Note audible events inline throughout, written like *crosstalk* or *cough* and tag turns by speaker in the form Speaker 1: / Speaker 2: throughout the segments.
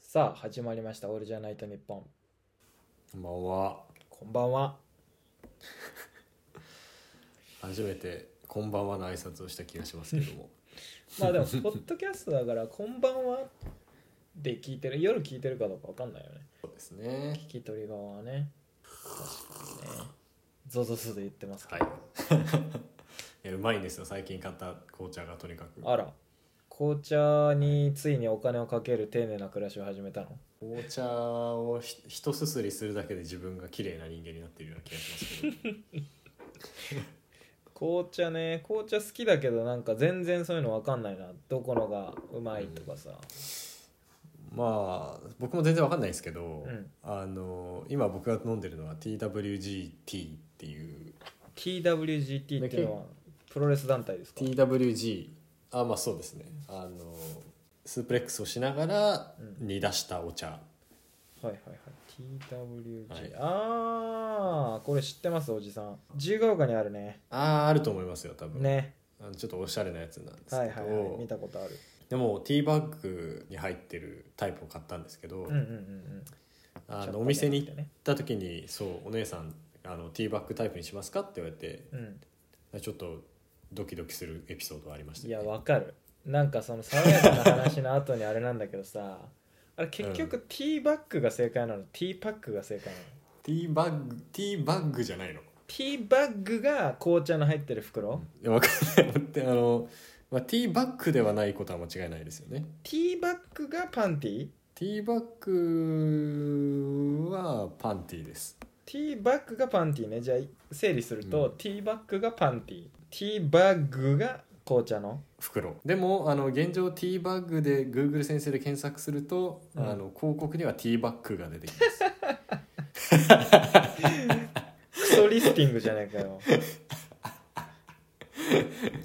Speaker 1: さあ始まりました「オールじゃないと日本
Speaker 2: こんばんは。」
Speaker 1: こんばんは
Speaker 2: 初めてこんばんはの挨拶をした気がしますけ
Speaker 1: *laughs*
Speaker 2: ども。
Speaker 1: まあでもポッドキャストだから「こんばんは」で聞いてる夜聞いてるかどうかわかんないよね
Speaker 2: そうですね。
Speaker 1: 聞き取り側はね確かにねゾゾゾで言ってますけ
Speaker 2: はい。 *laughs* いやうまいんですよ。最近買った紅茶がとにかく
Speaker 1: ど。あら紅茶についにお金をかける丁寧な暮らしを始めたの
Speaker 2: 紅茶をひ一すすりするだけで自分が綺麗な人間になっているような気がしますけど。
Speaker 1: *laughs* 紅茶ね紅茶好きだけどなんか全然そういうのわかんないなどこのがうまいとかさ、
Speaker 2: まあ僕も全然わかんないですけど、
Speaker 1: うん
Speaker 2: あの今僕が飲んでるのは TWGT っていう
Speaker 1: TWGT っていうのはプロレス団体ですか
Speaker 2: TWG あまあそうですねあのスープレックスをしながら煮出したお茶、
Speaker 1: はいはいはい TWG、
Speaker 2: はい
Speaker 1: ああこれ知ってますおじさん自由が丘にあるね
Speaker 2: あああると思いますよ多分
Speaker 1: ね
Speaker 2: あのちょっとおしゃれなやつなんですけど、
Speaker 1: はいはいはい見たことある
Speaker 2: でもティーバッグに入ってるタイプを買ったんですけど、
Speaker 1: うんうんうんうんちょ
Speaker 2: あ
Speaker 1: っ
Speaker 2: の
Speaker 1: と
Speaker 2: お店
Speaker 1: ね
Speaker 2: に行った時にそうお姉さんあのティーバッグタイプにしますかって言われて
Speaker 1: うん
Speaker 2: ちょっとドキドキするエピソードはありました
Speaker 1: い
Speaker 2: ね
Speaker 1: やわかるなんかその爽やかな話の後にあれなんだけどさあれ結局ティーバッグが正解なのティーパックが正解なの
Speaker 2: ティーバッグティーバッグじゃないの
Speaker 1: ティーバッグが紅茶の入ってる袋
Speaker 2: いやわかんない待ってあの、まあ、ティーバッグではないことは間違いないですよね
Speaker 1: ティーバッグがパンティー
Speaker 2: ティーバッグはパンティーです
Speaker 1: ティーバッグがパンティーねじゃあ整理すると、
Speaker 2: うん
Speaker 1: ティーバッグがパンティーティーバッグが紅茶の
Speaker 2: 袋でもあの現状ティーバッグで Google 先生で検索すると、
Speaker 1: うん
Speaker 2: あの広告にはティーバッグが出てき
Speaker 1: *laughs*
Speaker 2: ます
Speaker 1: クソリスティングじゃないかよ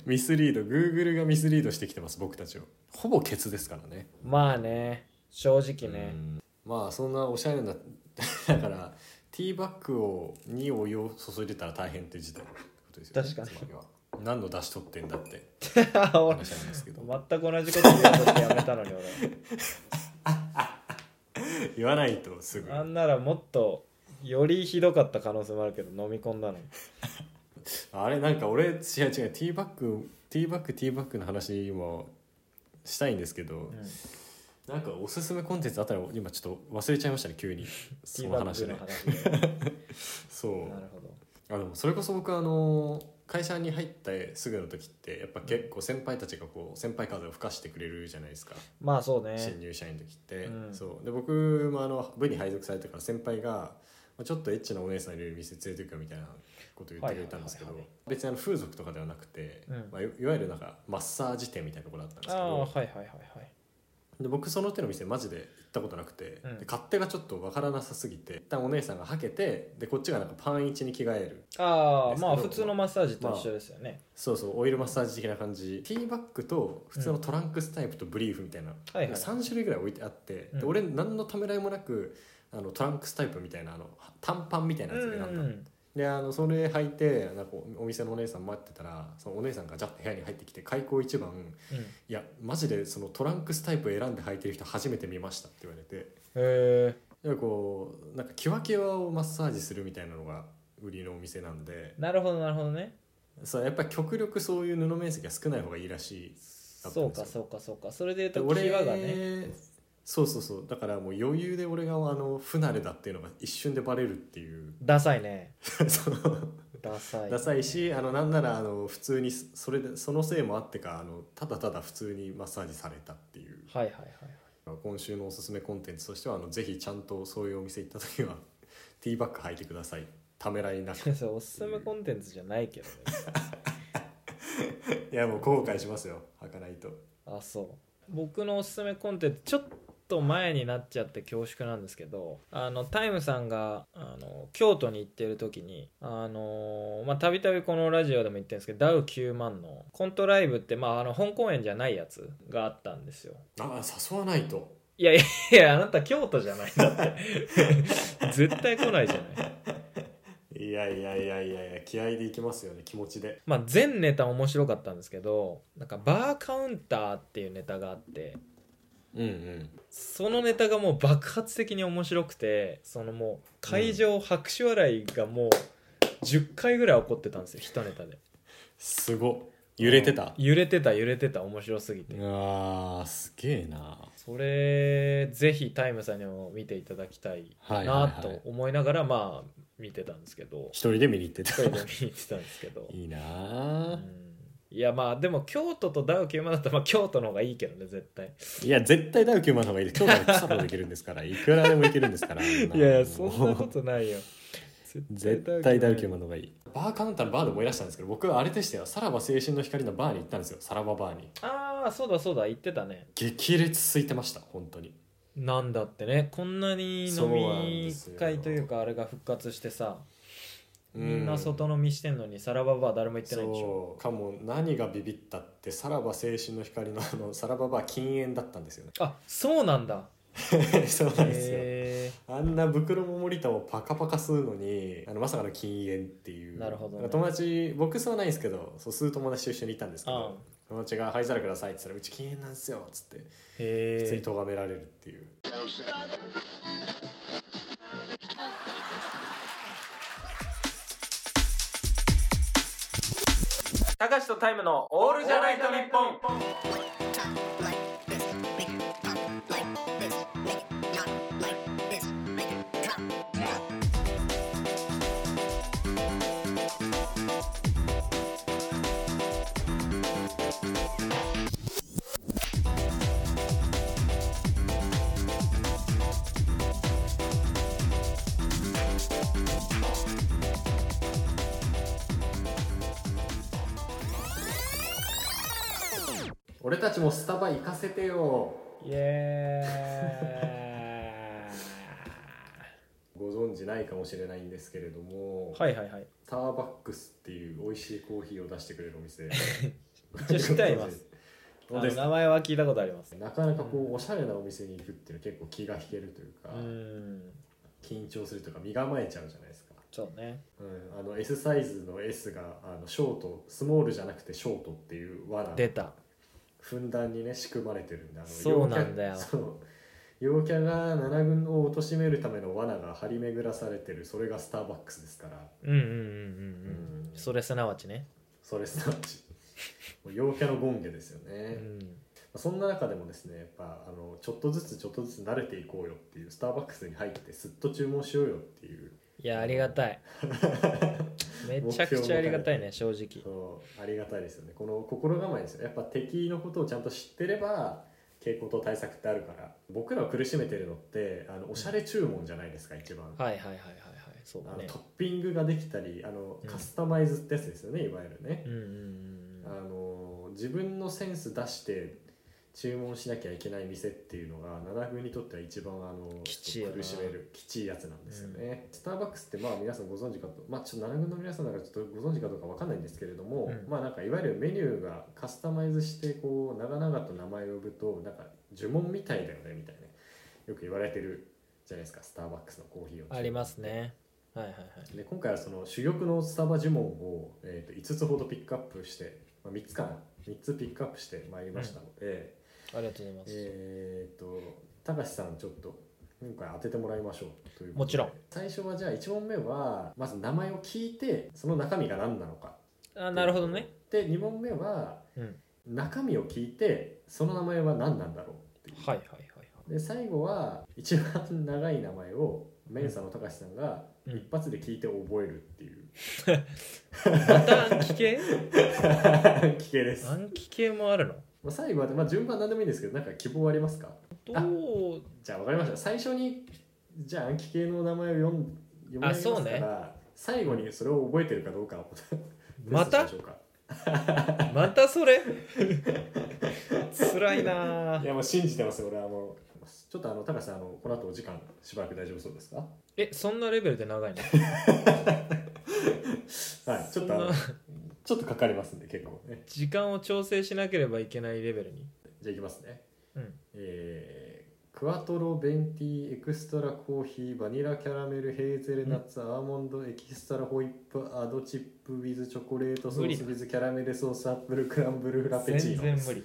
Speaker 2: ミスリード Google がミスリードしてきてます僕たちをほぼケツですからね
Speaker 1: まあね正直
Speaker 2: う
Speaker 1: ね
Speaker 2: んまあそんなおしゃれな *laughs* だからティーバッグをにお湯を注いでたら大変って事態のことですよね
Speaker 1: 確かに
Speaker 2: つまりは何の出し取ってんだって
Speaker 1: 俺
Speaker 2: 話なんですけど
Speaker 1: 全く同じこと言おうとしてやめたのに
Speaker 2: 言わないとすぐ
Speaker 1: 俺なんならもっとよりひどかった可能性もあるけど飲み込んだの
Speaker 2: あれなんか俺違う違うティーバッグティーバッグティーバッグの話今したいんですけど、
Speaker 1: うん
Speaker 2: なんかおすすめコンテンツあったら今ちょっと忘れちゃいました
Speaker 1: *laughs*
Speaker 2: ね急に
Speaker 1: ティ
Speaker 2: そ
Speaker 1: ー
Speaker 2: の
Speaker 1: バッ
Speaker 2: 話
Speaker 1: グ
Speaker 2: で
Speaker 1: の話で
Speaker 2: そう
Speaker 1: なるほど
Speaker 2: あでもそれこそ僕あの会社に入ってすぐの時ってやっぱ結構先輩たちがこう先輩風を吹かしてくれるじゃないですか、
Speaker 1: まあそうね
Speaker 2: 新入社員の時って、
Speaker 1: うん
Speaker 2: そうで僕もあの部に配属されてから先輩がまあちょっとエッチなお姉さんいる店連れてくよみたいなこと言ってくれたんですけど、
Speaker 1: はいはいは
Speaker 2: 別にあの風俗とかではなくて、
Speaker 1: うん
Speaker 2: まあ、いいわゆるなんかマッサージ店みたいなところだったんです
Speaker 1: あ
Speaker 2: け
Speaker 1: あ
Speaker 2: ど
Speaker 1: はいはいはいはい
Speaker 2: で僕その手の店マジで行ったことなくて、
Speaker 1: うん
Speaker 2: で勝手がちょっとわからなさすぎて一旦お姉さんがはけてでこっちがなんかパン一に着替える
Speaker 1: ああまあ
Speaker 2: ですけ
Speaker 1: 普
Speaker 2: ど
Speaker 1: 通のマッサージと一緒ですよね、
Speaker 2: そうそうオイルマッサージ的な感じティーバッグと普通のトランクスタイプとブリーフみたいな、
Speaker 1: はいはい
Speaker 2: 3種類ぐらい置いてあって、
Speaker 1: うん
Speaker 2: で俺何のためらいもなくあのトランクスタイプみたいなあの短パンみたいなやつで選んだの、
Speaker 1: うん
Speaker 2: であのそれ履いてなんかおお店のお姉さん待ってたらそのお姉さんがジャッて部屋に入ってきて開口一番
Speaker 1: うん
Speaker 2: 「いやマジでそのトランクスタイプ選んで履いてる人初めて見ました」って言われて
Speaker 1: へえ
Speaker 2: でこうなんかキワキワをマッサージするみたいなのが売りのお店なんで
Speaker 1: なるほどなるほどね
Speaker 2: そうやっぱり極力そういう布面積が少ない方がいいらしい
Speaker 1: そうかそうかそうかそれで言う
Speaker 2: で
Speaker 1: と
Speaker 2: 俺
Speaker 1: 際がね
Speaker 2: そうそうそうだからもう余裕で俺があの不慣れだっていうのが一瞬でバレるっていう *laughs*
Speaker 1: ダサいね
Speaker 2: その
Speaker 1: ダサい
Speaker 2: ダサいしあのなんならあの普通にそれでそのせいもあってかあのただただ普通にマッサージされたっていう
Speaker 1: はいはいはい
Speaker 2: 今週のおすすめコンテンツとしてはあのぜひちゃんとそういうお店行った時はティーバッグ履いてくださいためらいな
Speaker 1: は
Speaker 2: く
Speaker 1: い *laughs* それおすすめコンテンツじゃないけどね
Speaker 2: いやもう後悔しますよ履かないと
Speaker 1: あそう僕のおすすめコンテンツちょっと前になっちゃって恐縮なんですけどあのタイムさんがあの京都に行ってる時にあのまあたびたびこのラジオでも言ってるんですけどダウ9万のコントライブってまああの本公演じゃないやつがあったんですよ *laughs*
Speaker 2: あ誘わないと
Speaker 1: いやいやいやあなた京都じゃないんだって *laughs* 絶対来ないじゃない
Speaker 2: いやいやいやいやいや気合でいきますよね気持ちで
Speaker 1: まあ、全ネタ面白かったんですけどなんかバーカウンターっていうネタがあって
Speaker 2: うんうん
Speaker 1: そのネタがもう爆発的に面白くてそのもう会場拍手笑いがもう10回ぐらい起こってたんですよ一ネタです
Speaker 2: ごっ揺れてた
Speaker 1: 揺れてた揺れてた面白すぎて
Speaker 2: うわーすげえな
Speaker 1: それぜひタイムさんにも見ていただきたい
Speaker 2: はいはい
Speaker 1: な
Speaker 2: はい
Speaker 1: と思いながらまあ見てたんですけど
Speaker 2: 一人で見に行って
Speaker 1: 一
Speaker 2: た
Speaker 1: 人で見に行ってたんですけど
Speaker 2: いいな
Speaker 1: う
Speaker 2: あ
Speaker 1: んいやまあでも京都とダウ9万だったらまあ京都の方がいいけどね絶対
Speaker 2: いや絶対ダウ9万の方がいい *laughs* 今日から草野できるんですからいくらでもいけるんですからい
Speaker 1: いやいやそんなことないよ
Speaker 2: 絶対ダウ9
Speaker 1: 万
Speaker 2: 万の方がいいバーカウンターのバーで思い出したんですけど僕あれでしたよさらば青春の光のバーに行ったんですよさらばバーに
Speaker 1: ああそうだそうだ言ってたね
Speaker 2: 激烈空いてました本当に
Speaker 1: なんだってねこんなに飲
Speaker 2: そうなんで
Speaker 1: み
Speaker 2: すよ
Speaker 1: 会というかあれが復活してさみんな外飲みしてんのにさらばバー誰も行ってないでしょ
Speaker 2: そうかも何がビビったってさらば青春の光のあのさらばバー禁煙だったんですよね
Speaker 1: あそうなんだ *laughs*
Speaker 2: そうなんですよ
Speaker 1: へ
Speaker 2: あんな袋も森田をパカパカ吸うのにあのまさかの禁煙っていう
Speaker 1: なるほどね
Speaker 2: 友達僕吸わないんですけどそう吸う友達と一緒にいたんですけ
Speaker 1: うん
Speaker 2: ど友達が「灰皿ください」って言ったら「うち禁煙なんですよ」っつって
Speaker 1: えへ
Speaker 2: 普通
Speaker 1: え
Speaker 2: に咎められるっていう、
Speaker 1: たかしとタイムの「オールじゃないと日本
Speaker 3: Talk like this, make it pop like this, make it not like this, make it drop.
Speaker 2: 俺たちもスタバ行かせてよ」
Speaker 1: イエー
Speaker 2: ご存知ないかもしれないんですけれども、
Speaker 1: イ
Speaker 2: *laughs*
Speaker 1: はいはいはい
Speaker 2: スターバックスっていう美味しいコーヒーを出してくれるお店
Speaker 1: 一応知ってはいますあ
Speaker 2: どう
Speaker 1: の
Speaker 2: です
Speaker 1: 名前は聞いたことあります
Speaker 2: なかなかこうおしゃれなお店に行くっていうのは結構気が引けるというか、
Speaker 1: うん
Speaker 2: 緊張するというか身構えちゃうじゃないですか、
Speaker 1: そうね
Speaker 2: うん、あの S サイズの S があのショートスモールじゃなくてショートっていう罠
Speaker 1: 出た
Speaker 2: ふんだんにね仕組まれてるんであの
Speaker 1: そうなんだよ
Speaker 2: 陽キャ *laughs* そう陽キャが7軍を貶めるための罠が張り巡らされてるそれがスターバックスですから
Speaker 1: うんうんうんうんうん
Speaker 2: うん
Speaker 1: それすなわちね
Speaker 2: それすなわちもう陽キャの権下ですよ
Speaker 1: う
Speaker 2: ね、
Speaker 1: ん
Speaker 2: そんな中でもですねやっぱあのちょっとずつちょっとずつ慣れていこうよっていうスターバックスに入ってすっと注文しようよっていう
Speaker 1: いやありがた
Speaker 2: *laughs*
Speaker 1: いめちゃくちゃありがたいね正直
Speaker 2: そうありがたいですよねこの心構えですよやっぱ敵のことをちゃんと知ってれば傾向と対策ってあるから僕らを苦しめてるのってあのおしゃれ注文じゃないですか一
Speaker 1: は
Speaker 2: 番、
Speaker 1: いはいはいはいはいそうだ
Speaker 2: あの
Speaker 1: ね
Speaker 2: トッピングができたりあの
Speaker 1: うん
Speaker 2: カスタマイズってやつですよね、いわゆるね
Speaker 1: う、んうんうんうん
Speaker 2: あの自分のセンス出して注文しなきゃいけない店っていうのが七軍にとっては一番あの
Speaker 1: きちいよな
Speaker 2: 苦しめるきちいやつなんですよね、スターバックスってまあ皆さんご存知かとまあちょっと七軍の皆さんだからちょっとご存知かどうかわかんないんですけれども、
Speaker 1: うん
Speaker 2: まあなんかいわゆるメニューがカスタマイズしてこう長々と名前を呼ぶとなんか呪文みたいだよねみたいなよく言われてるじゃないですかスターバックスのコーヒーを
Speaker 1: ありますねはいはいはい
Speaker 2: で今回はその主力のスタバ呪文を、えー、と5つほどピックアップして、まあ、3つかな3つピックアップしてまいりましたので、
Speaker 1: ありがとうございます
Speaker 2: えっ、と高橋さんちょっと今回当ててもらいましょうということで
Speaker 1: もちろん
Speaker 2: 最初はじゃあ1問目はまず名前を聞いてその中身が何なのか
Speaker 1: あなるほどね
Speaker 2: で2問目は
Speaker 1: うん
Speaker 2: 中身を聞いてその名前は何なんだろうっていう
Speaker 1: はいはいはいはい
Speaker 2: で最後は一番長い名前をメンサの高橋さんが
Speaker 1: うん
Speaker 2: 一発で聞いて覚えるっていう、
Speaker 1: また暗記 *laughs* 系
Speaker 2: 聞けです、ま
Speaker 1: 暗記系もあるの
Speaker 2: あ、最後は、まあ、順番何でもいいんですけどなんか希望ありますか
Speaker 1: どう
Speaker 2: じゃあ分かりました最初にじゃあ暗記系の名前を読ん読み上げます
Speaker 1: あそう
Speaker 2: か
Speaker 1: ね
Speaker 2: ら、最後にそれを覚えてるかどうかを
Speaker 1: また
Speaker 2: テストしましょうか
Speaker 1: またそ
Speaker 2: *laughs*
Speaker 1: れ辛いないぁ
Speaker 2: やもう信じてます俺はもうちょっとあの高橋さんあのこの後お時間しばらく大丈夫そうですか
Speaker 1: えそんなレベルで長いの
Speaker 2: *laughs* はいちょ
Speaker 1: そ
Speaker 2: っとあ
Speaker 1: ん
Speaker 2: の
Speaker 1: な
Speaker 2: ちょっとかかりますんで結構ね
Speaker 1: 時間を調整しなければいけないレベルに
Speaker 2: じゃあいきますね
Speaker 1: うん
Speaker 2: えークワトロベンティーエクストラコーヒーバニラキャラメルヘーゼルナッツアーモンドエキストラホイップアドチップウィズチョコレートソ
Speaker 1: 無
Speaker 2: ー
Speaker 1: 理
Speaker 2: ス
Speaker 1: だ
Speaker 2: ウィズキャラメルソースアップルクランブルフラペチー
Speaker 1: 全
Speaker 2: ノ
Speaker 1: 然無理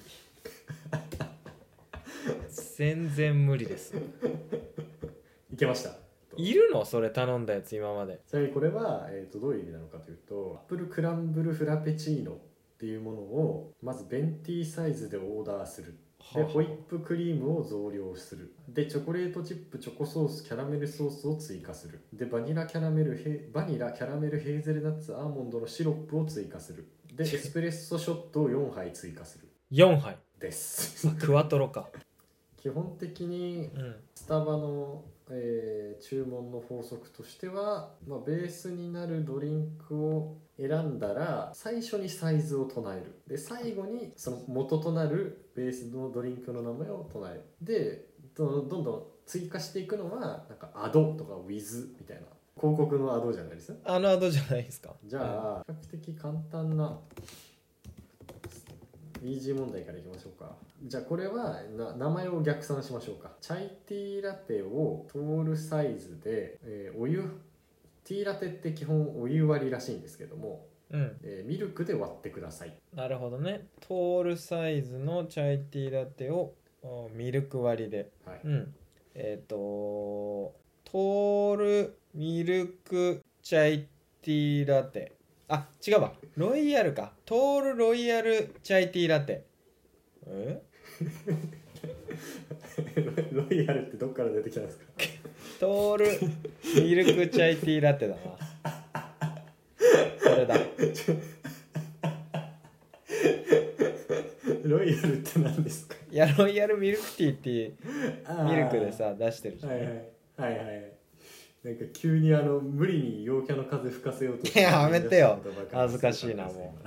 Speaker 1: 全然無理です
Speaker 2: いけました
Speaker 1: いるのそれ頼んだやつ今まで
Speaker 2: ちなみにこれは、えー、とどういう意味なのかというとアップルクランブルフラペチーノっていうものをまずベンティーサイズでオーダーするでホイップクリームを増量するでチョコレートチップチョコソースキャラメルソースを追加するでバニラキャラメルヘバニラキャラメルヘーゼルナッツアーモンドのシロップを追加するでエスプレッソショットを4杯追加する
Speaker 1: 4杯
Speaker 2: です
Speaker 1: クワトロか
Speaker 2: 基本的に
Speaker 1: うん
Speaker 2: スタバの、えー注文の法則としては、まあ、ベースになるドリンクを選んだら最初にサイズを唱えるで最後にその元となるベースのドリンクの名前を唱えるでどどんどん追加していくのはなんかアドとかウィズみたいな広告のアドじゃないですか
Speaker 1: あのアドじゃないですか
Speaker 2: じゃあ比較的簡単なイージー問題からいきましょうかじゃあこれはな名前を逆算しましょうかチャイティーラテをトールサイズで、えーお湯ティーラテって基本お湯割りらしいんですけども、
Speaker 1: うん、うん
Speaker 2: えーミルクで割ってください
Speaker 1: なるほどねトールサイズのチャイティーラテをあミルク割りで
Speaker 2: はい、
Speaker 1: うんえっ、とトールミルクチャイティーラテあ違うわロイヤルかトールロイヤルチャイティーラテえ
Speaker 2: *laughs* ロイヤルってどっから出てきたんですか *laughs*
Speaker 1: トールミルクチャイティーラテだなこれだ
Speaker 2: ロイヤルって何ですか
Speaker 1: いやロイヤルミルクティーってミルクで
Speaker 2: は
Speaker 1: さ出してるじ
Speaker 2: い
Speaker 1: ゃん、
Speaker 2: はいはいはいなんか急にあの無理に陽キャの風吹かせようとして
Speaker 1: いややめてよ
Speaker 2: 言い出した言葉から
Speaker 1: 恥ずかしいなも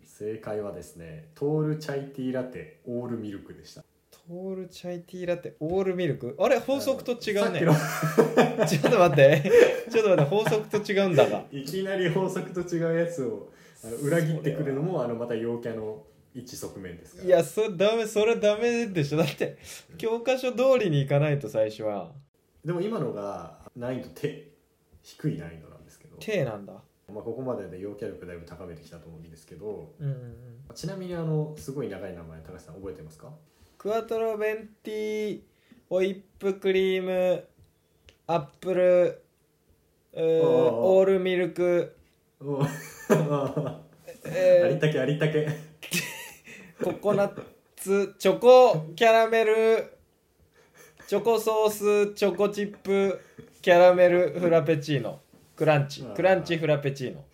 Speaker 2: *laughs* 正解はですねトールチャイティーラテオールミルクでした
Speaker 1: トールチャイティーラテオールミルクあれ法則と違うね
Speaker 2: さっ
Speaker 1: *laughs* ちょっと待って *laughs* ちょっと待って法則と違うんだが
Speaker 2: きのいきなり法則と違うやつをあの裏切ってくるのもあのまた陽キャの一側面ですから
Speaker 1: いやそれダメそれダメでしょだって教科書通りにいかないと最初は
Speaker 2: でも今のが難易度手低い難易度なんですけど、
Speaker 1: 手なんだ
Speaker 2: まあ、ここまでで陽キャ力だいぶ高めてきたと思うんですけど
Speaker 1: うんうんうん
Speaker 2: ちなみにあのすごい長い名前高橋さん覚えてますか
Speaker 1: クワトロベンティーホイップクリームアップルうー
Speaker 2: おうおう
Speaker 1: オールミルク、
Speaker 2: おあり
Speaker 1: え
Speaker 2: たけありたけ
Speaker 1: ーココナッツチョコキャラメルチョコソースチョコチップキャラメルフラペチーノクランチクランチフラペチーノ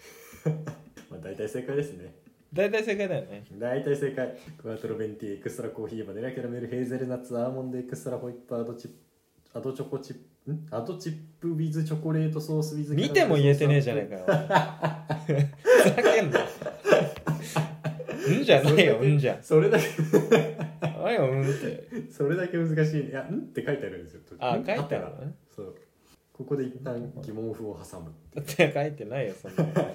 Speaker 2: まあ大体正解ですね
Speaker 1: 大体正解だよね
Speaker 2: 大体正解クワトロベンティーエクストラコーヒーバニラキャラメルヘーゼルナッツアーモンドエクストラホイップアドチップアドチョコチップんアドチップウィズチョコレートソースウィズ
Speaker 1: 見ても言えてねえじゃねえかよ。ふざけんな。うんじゃないよ、うんじゃ。
Speaker 2: それだけ
Speaker 1: ないよ、うんって。
Speaker 2: それだけ難しい、ね、いやんって書いてあるんですよ
Speaker 1: あ、書
Speaker 2: ん
Speaker 1: いてあ
Speaker 2: った
Speaker 1: る
Speaker 2: ら
Speaker 1: のね。
Speaker 2: そうここで一旦疑問符を挟む
Speaker 1: だって書いてないよ、そんなの。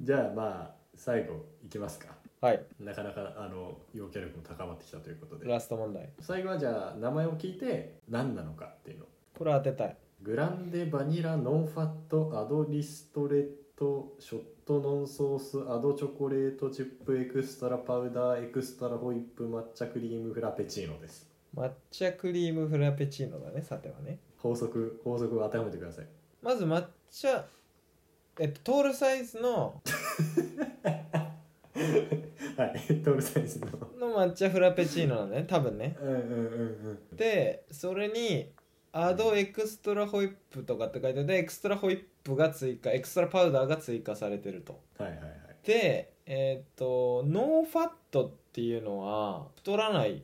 Speaker 2: じゃあまあ最後いきますか
Speaker 1: はい、
Speaker 2: なかなかあの要キャ力も高まってきたということで
Speaker 1: ラスト問題。
Speaker 2: 最後はじゃあ名前を聞いて何なのかっていうの
Speaker 1: これ当てたい。
Speaker 2: グランデバニラノンファットアドリストレットショットノンソースアドチョコレートチップエクストラパウダーエクストラホイップ抹茶クリームフラペチーノです
Speaker 1: 抹茶クリームフラペチーノだね、さてはね。
Speaker 2: 法則法則を当てはめてください
Speaker 1: まず抹茶、えっと、トールサイズの
Speaker 2: はいトールサイズの
Speaker 1: の抹茶フラペチーノなんだね、多分ね。
Speaker 2: うんうんうん
Speaker 1: で、それに、アドエクストラホイップとかって書いてあるで、エクストラホイップが追加、エクストラパウダーが追加されてると。
Speaker 2: うんはいはいはい
Speaker 1: でえっ、とノーファットっていうのは太らない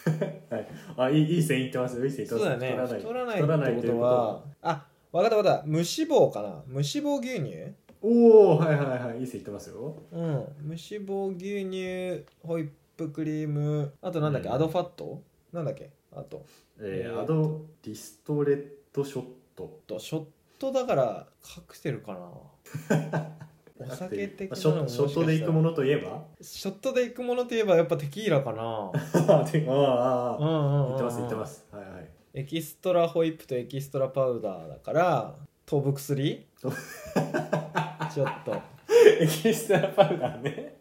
Speaker 2: あいいいい線いってますよいい線いって
Speaker 1: そ
Speaker 2: ま
Speaker 1: う
Speaker 2: す
Speaker 1: だよね
Speaker 2: 太
Speaker 1: 太
Speaker 2: ら
Speaker 1: らな
Speaker 2: な
Speaker 1: いい
Speaker 2: 太らない
Speaker 1: って
Speaker 2: とい
Speaker 1: こと
Speaker 2: うこと
Speaker 1: はあわかったわかった無脂肪かな無脂肪牛乳
Speaker 2: おおはいはいはいいい線いってますよ
Speaker 1: うん無脂肪牛乳ホイップクリームあとなんだっけ、
Speaker 2: うん
Speaker 1: アドファットなんだっけあと
Speaker 2: え
Speaker 1: え
Speaker 2: ー
Speaker 1: ー
Speaker 2: アドリストレットショット
Speaker 1: とショットだからカクテルかな
Speaker 2: *laughs*
Speaker 1: お酒的
Speaker 2: まあ
Speaker 1: な
Speaker 2: ショットショットでいくも
Speaker 1: の
Speaker 2: のといえば
Speaker 1: ショットでいくものといえばやっぱテキーラか
Speaker 2: *laughs*
Speaker 1: な
Speaker 2: あーあ
Speaker 1: うん
Speaker 2: ーあ
Speaker 1: うん
Speaker 2: ー
Speaker 1: うん、
Speaker 2: 言
Speaker 1: うん、
Speaker 2: ってます言ってますはいはい
Speaker 1: エキストラホイップとエキストラパウダーだから飛ぶ薬ちょ
Speaker 2: と
Speaker 1: っと、
Speaker 2: エキストラパウダーね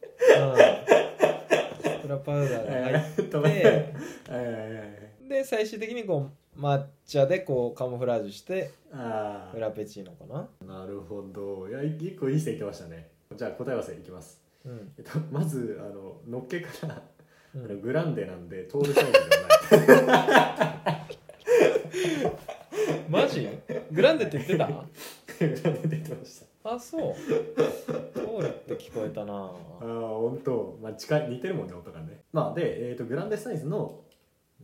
Speaker 1: うラパウダーが入っ
Speaker 2: えーっと
Speaker 1: て
Speaker 2: ねはいはいはいはい
Speaker 1: で最終的にこう抹茶でこうカモフラージュして
Speaker 2: あ
Speaker 1: フラペチーノかな、
Speaker 2: あなるほどいやい一個いい線いってましたねじゃあ答え合わせいきます、
Speaker 1: うん
Speaker 2: えっと、まずあののっけから
Speaker 1: う
Speaker 2: あの
Speaker 1: ん、
Speaker 2: グランデなんでトールサイズではない
Speaker 1: マジグランデって言ってた *laughs*
Speaker 2: グランデ出てました
Speaker 1: あそう通るって聞こえたな
Speaker 2: ああ本当まあ近い似てるもんね音がねまあで、えー、とグランデサイズの、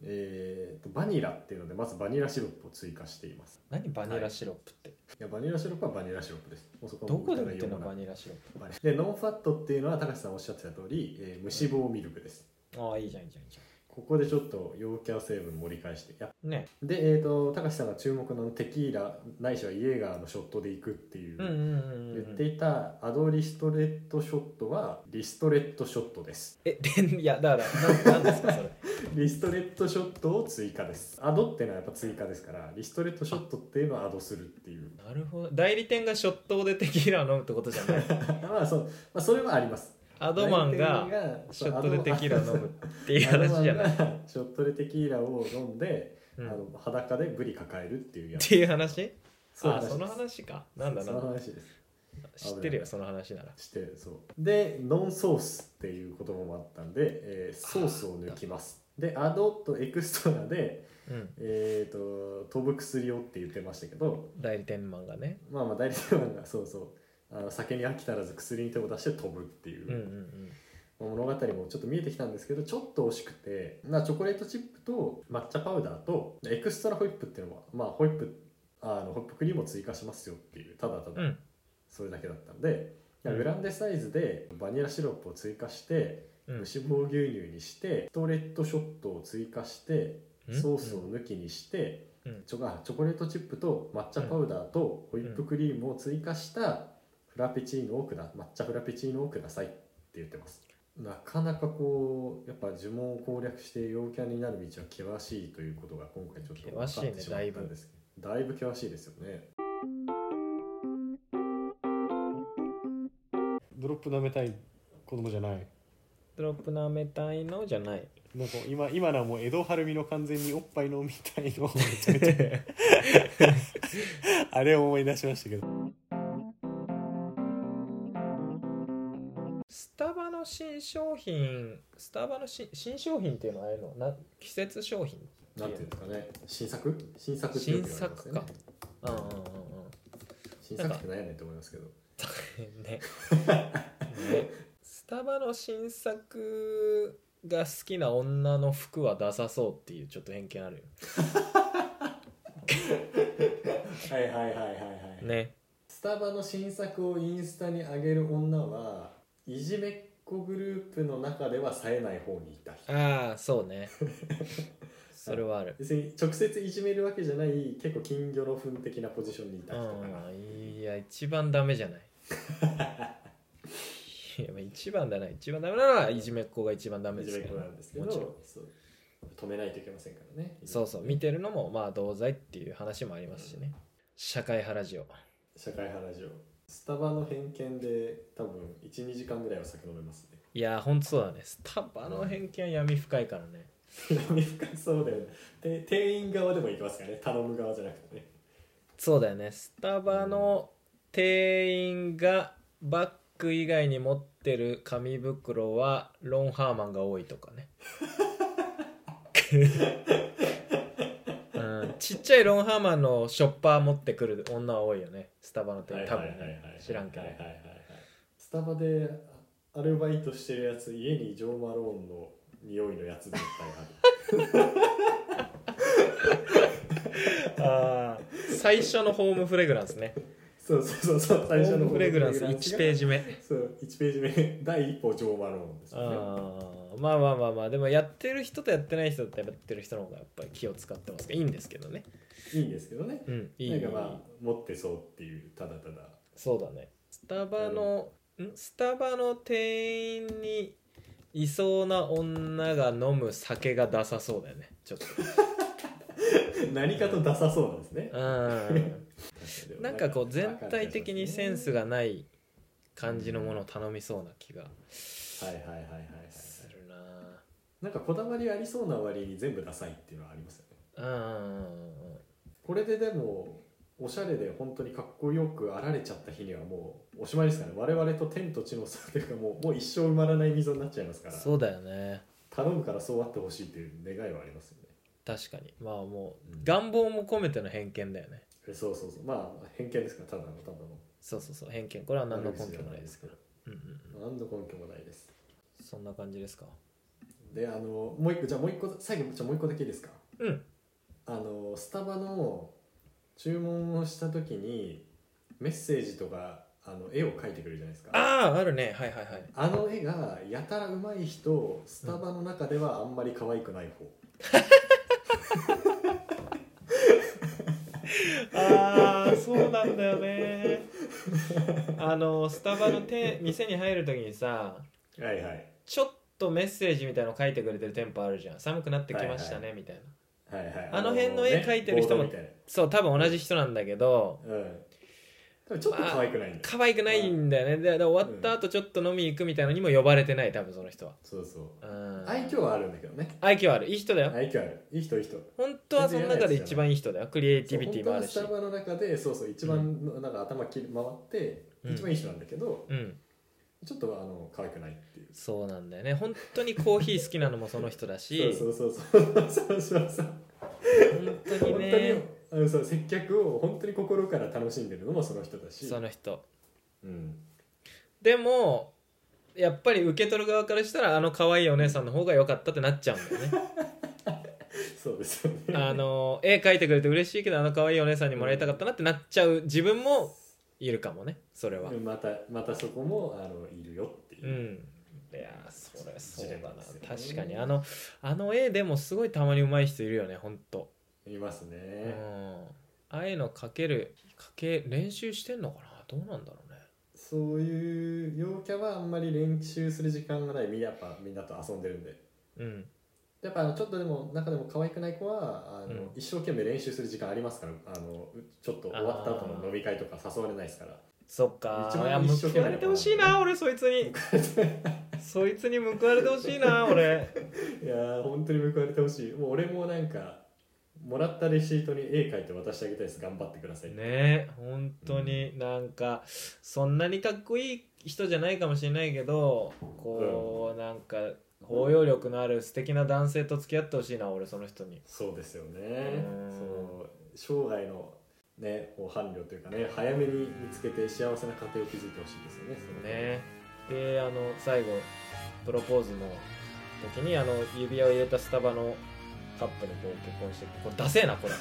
Speaker 2: えー、とバニラっていうのでまずバニラシロップを追加しています
Speaker 1: 何バニラシロップって、
Speaker 2: いやバニラシロップはバニラシロップですもうそこは
Speaker 1: ど
Speaker 2: もう
Speaker 1: こで売っ
Speaker 2: 疑い
Speaker 1: てん
Speaker 2: よう
Speaker 1: の
Speaker 2: もな
Speaker 1: バニラシロッ
Speaker 2: バニラでノンファットっていうのは高橋さんおっしゃってた通り、えー無脂肪ミルクです
Speaker 1: プああいいじゃんいいじゃんいいじ
Speaker 2: ここでちょっと陽キャ成分盛り返していや
Speaker 1: ゃんね
Speaker 2: で、えー、と高橋さんが注目のテキーラないしはイエーガーのショットでいくっていう、
Speaker 1: うんうんうんうん、
Speaker 2: 言っていたアドリストレッドショットはリストレッドショットです
Speaker 1: えでいやだからななんですかそれ
Speaker 2: リストレッドショットを追加ですアドっていうのはやっぱ追加ですからリストレッドショットっていうのをアドするっていう *laughs*
Speaker 1: なるほど代理店がショットでテキーラを飲むってことじゃない *laughs*
Speaker 2: まあそう、まあ、それはあります
Speaker 1: アドマンがショットでテキーラを飲むっていう話じゃないい、
Speaker 2: ショットでテキーラを飲んで、
Speaker 1: うん、
Speaker 2: あ
Speaker 1: っ
Speaker 2: の裸でブリ抱えるっていうやつ
Speaker 1: ていう話
Speaker 2: ういう
Speaker 1: あ
Speaker 2: です
Speaker 1: その話かなんだな
Speaker 2: そ
Speaker 1: ん
Speaker 2: の
Speaker 1: だ
Speaker 2: 話です
Speaker 1: 知ってるよその話なら
Speaker 2: してそうでノンソースっていう言葉もあったんで、えーソースを抜きますでアドとエクストラで
Speaker 1: うん
Speaker 2: えー、と飛ぶ薬をって言ってましたけど
Speaker 1: 代理店マンがね
Speaker 2: まあまあ大理マンがそうそうあの酒に飽きたらず薬に手を出して飛ぶっていう
Speaker 1: うんうん
Speaker 2: まあ物語もちょっと見えてきたんですけどちょっと惜しくてなチョコレートチップと抹茶パウダーとエクストラホイップっていうのはまあホイップあのホイップクリームを追加しますよっていうただた
Speaker 1: う
Speaker 2: だ
Speaker 1: ん
Speaker 2: それだけだったんで、いや
Speaker 1: うん
Speaker 2: グランデサイズでバニラシロップを追加して
Speaker 1: うん
Speaker 2: 無脂肪牛乳にしてストレッドショットを追加して
Speaker 1: うん
Speaker 2: ソースを抜きにして、
Speaker 1: うん
Speaker 2: チョコあチョコレートチップと抹茶パウダーとホイップクリームを追加したフラペチーノをくだ抹茶フラペチーノをくださいって言ってますなかなかこうやっぱ呪文を攻略して陽キャになる道は険しいということが今回ちょっと分かって
Speaker 1: 険しいね
Speaker 2: しまったんですけどだいぶ険しいですよね
Speaker 4: ドロップ舐めたい子供じゃない
Speaker 1: ドロップ舐めたいのじゃない
Speaker 4: なんか今今のはもう江戸晴美の完全におっぱいのみたい
Speaker 1: *laughs*
Speaker 4: のをめちゃめちゃ *laughs* あれを思い出しましたけど
Speaker 1: スタバの新商品スタバのし新商品っていうのはあれのな季節商品って
Speaker 2: なんていうんですかね新作新作ってよ
Speaker 1: 新
Speaker 2: く言われます
Speaker 1: 作かうん
Speaker 2: よね
Speaker 1: うんうん
Speaker 2: 新作って何やねんって思いますけど
Speaker 1: うん *laughs* ねねスタバの新作が好きな女の服はダサそうっていうちょっと偏見あるよ
Speaker 2: はいはいはいはいはい
Speaker 1: ね
Speaker 2: スタバの新作をインスタに上げる女はいじめっ子グループの中では冴えない方にいた人
Speaker 1: ああそう *laughs* ねそれはある
Speaker 2: 別に直接いじめるわけじゃない結構金魚の糞的なポジションにいた人かな
Speaker 1: うんいや一番ダメじゃ
Speaker 2: *laughs*
Speaker 1: ないいやまあ一番だな一番ダメなのはいじめっ子が一番ダメ
Speaker 2: い
Speaker 1: で
Speaker 2: じ
Speaker 1: す
Speaker 2: め
Speaker 1: け
Speaker 2: っ子
Speaker 1: ど
Speaker 2: なんですけど
Speaker 1: もちろん
Speaker 2: そう止めないといけませんからね
Speaker 1: そうそう見てるのもまあ同罪っていう話もありますしね社会派ラジオ
Speaker 2: 社会派ラジオスタバの偏見で多分12時間ぐらいは酒飲めますね
Speaker 1: いやーほんとそうだねスタバの偏見は闇深いからね
Speaker 2: *laughs* 闇深そうだよねで店員側でも行きますからね頼む側じゃなくてね
Speaker 1: そうだよねスタバの店員がバッグ以外に持ってる紙袋はロン・ハーマンが多いとかね、うん、ちっちゃいロン・ハーマンのショッパー持ってくる女は多いよねスタバの店員多分ね知らんけど
Speaker 2: はいはいはいはいスタバでアルバイトしてるやつ家にジョー・マローンの匂いのやつ絶対ある
Speaker 1: あー最初のホームフレグランスね
Speaker 2: *laughs* そうそうそうそう
Speaker 1: ホ
Speaker 2: 最初
Speaker 1: ー
Speaker 2: の
Speaker 1: ムフレグランス
Speaker 2: ホームフ
Speaker 1: 1ペー
Speaker 2: ジ
Speaker 1: ジ目
Speaker 2: そう1ページ目第一歩ジョー・マローンですよね
Speaker 1: あーまあまあまあまあでもやってる人とやってない人ってやってる人の方がやっぱり気を使ってますからいいんですけどね
Speaker 2: いいんですけどね
Speaker 1: うんいい
Speaker 2: なんかまあ持ってそうっていうただた *laughs* だ
Speaker 1: そうだねスタバの、んスタバの店員にいそうな女が飲む酒がダサそうだよねちょっと
Speaker 2: 何かとダサそうなんですね
Speaker 1: うん *laughs*
Speaker 2: 確
Speaker 1: なんかこう全体的にセンスがない感じのものを頼みそうな気が
Speaker 2: はいはいはいはいはいはい
Speaker 1: するな
Speaker 2: なんかこだわりありそうな割に全部ダサいっていうのはありますよね
Speaker 1: うんうん
Speaker 2: これででもおしゃれで本当にかっこよくあられちゃった日にはもうおしまいですからね我々と天と地の差というかもうもう一生埋まらない溝になっちゃいますから
Speaker 1: そうだよね
Speaker 2: 頼むからそうあってほしいという願いはありますよね
Speaker 1: 確かにまあもう
Speaker 2: うん
Speaker 1: 願望も込めての偏見だよね
Speaker 2: えそうそうそうまあ偏見ですからただのただの
Speaker 1: そうそうそう偏見これは何の根拠もないですけ
Speaker 2: け
Speaker 1: ど、うんうんうん、
Speaker 2: 何の根拠もないです
Speaker 1: そんな感じですか
Speaker 2: であのもう一個じゃあもう一個最後じゃあもう一個だけいいですか
Speaker 1: うん
Speaker 2: あのスタバの注文をした時にメッセージとかあの絵を描いてくれるじゃないですか
Speaker 1: あああるねはいはいはい
Speaker 2: あの絵がやたらうまい人スタバの中ではあんまり可愛くない方、
Speaker 1: ああそうなんだよねあのスタバのて店に入る時にさ
Speaker 2: はいはい
Speaker 1: ちょっとメッセージみたいの書いてくれてる店舗あるじゃん寒くなってきましたね、みたいな
Speaker 2: はいはい
Speaker 1: あの辺の絵描いてる人も
Speaker 2: ボードみたい
Speaker 1: そう多分同じ人なんだけど
Speaker 2: なうんでもちょっと可愛くないんだよ、
Speaker 1: 可愛くないんだよねでで終わった後ちょっと飲み行くみたいのにも呼ばれてない多分その人は
Speaker 2: そうそう
Speaker 1: うん
Speaker 2: 愛嬌はあるんだけどね
Speaker 1: 愛嬌あるいい人だよ、
Speaker 2: 愛嬌あるいい人いい人
Speaker 1: 本当はその中で一番いい人だよクリエイティビティもあるし
Speaker 2: そう本当はスタバの中でそうそう一番のなんか頭切り回って、
Speaker 1: うん
Speaker 2: 一番いい人なんだけど
Speaker 1: うん
Speaker 2: ちょっとあの可愛くないっていう
Speaker 1: そうなんだよね本当にコーヒー好きなのもその人だし
Speaker 2: そうそうそうそうそうそうそう
Speaker 1: 本当に
Speaker 2: 本当に
Speaker 1: ね
Speaker 2: あのそう接客を本当に心から楽しんでるのもその人だし
Speaker 1: その人
Speaker 2: うん、
Speaker 1: でもやっぱり受け取る側からしたらあの可愛いお姉さんの方が良かったってなっちゃうんだよ
Speaker 2: *laughs*
Speaker 1: ね
Speaker 2: そうですよね
Speaker 1: *laughs* あの絵描いてくれて嬉しいけどあの可愛いお姉さんにもらいたかったなってなっちゃう自分もいるかもねそれは
Speaker 2: またまたそこもあのいるよっていうう、
Speaker 1: んいやーそれそうだな
Speaker 2: ジレンマです
Speaker 1: 確
Speaker 2: よね
Speaker 1: かにあのあの絵でもすごいたまに上手い人いるよねほんと
Speaker 2: います
Speaker 1: うん
Speaker 2: ね、
Speaker 1: ああいうのかけるかけ練習してんのかなどうなんだろうね
Speaker 2: そういう陽キャはあんまり練習する時間がないみんなやっぱみんなと遊んでるんで
Speaker 1: うん
Speaker 2: やっぱあのちょっとでも中でも可愛くない子はあの、
Speaker 1: うん
Speaker 2: 一生懸命練習する時間ありますからあのちょっと終わった後の飲み会とか誘われないですから
Speaker 1: そっか
Speaker 2: 一番
Speaker 1: いや
Speaker 2: 一生懸
Speaker 1: 報
Speaker 2: 命
Speaker 1: われてほしいな俺そいつ *laughs* にそいつに報われてほしいな俺
Speaker 2: いやー本当に報われてほしいもう俺もなんかもらったレシートに絵描いて渡してあげたいです頑張ってください
Speaker 1: *laughs* ねえ本当になんかそんなにかっこいい人じゃないかもしれないけどこうなんか包容力のある素敵な男性と付き合ってほしいな俺その人に
Speaker 2: そうですよね
Speaker 1: うん
Speaker 2: その生涯のねもう伴侶というかね早めに見つけて幸せな家庭を築いてほしいですよねその
Speaker 1: ねであの最後プロポーズの時にあの指輪を入れたスタバのカップにこう結婚してこうダセえなこれ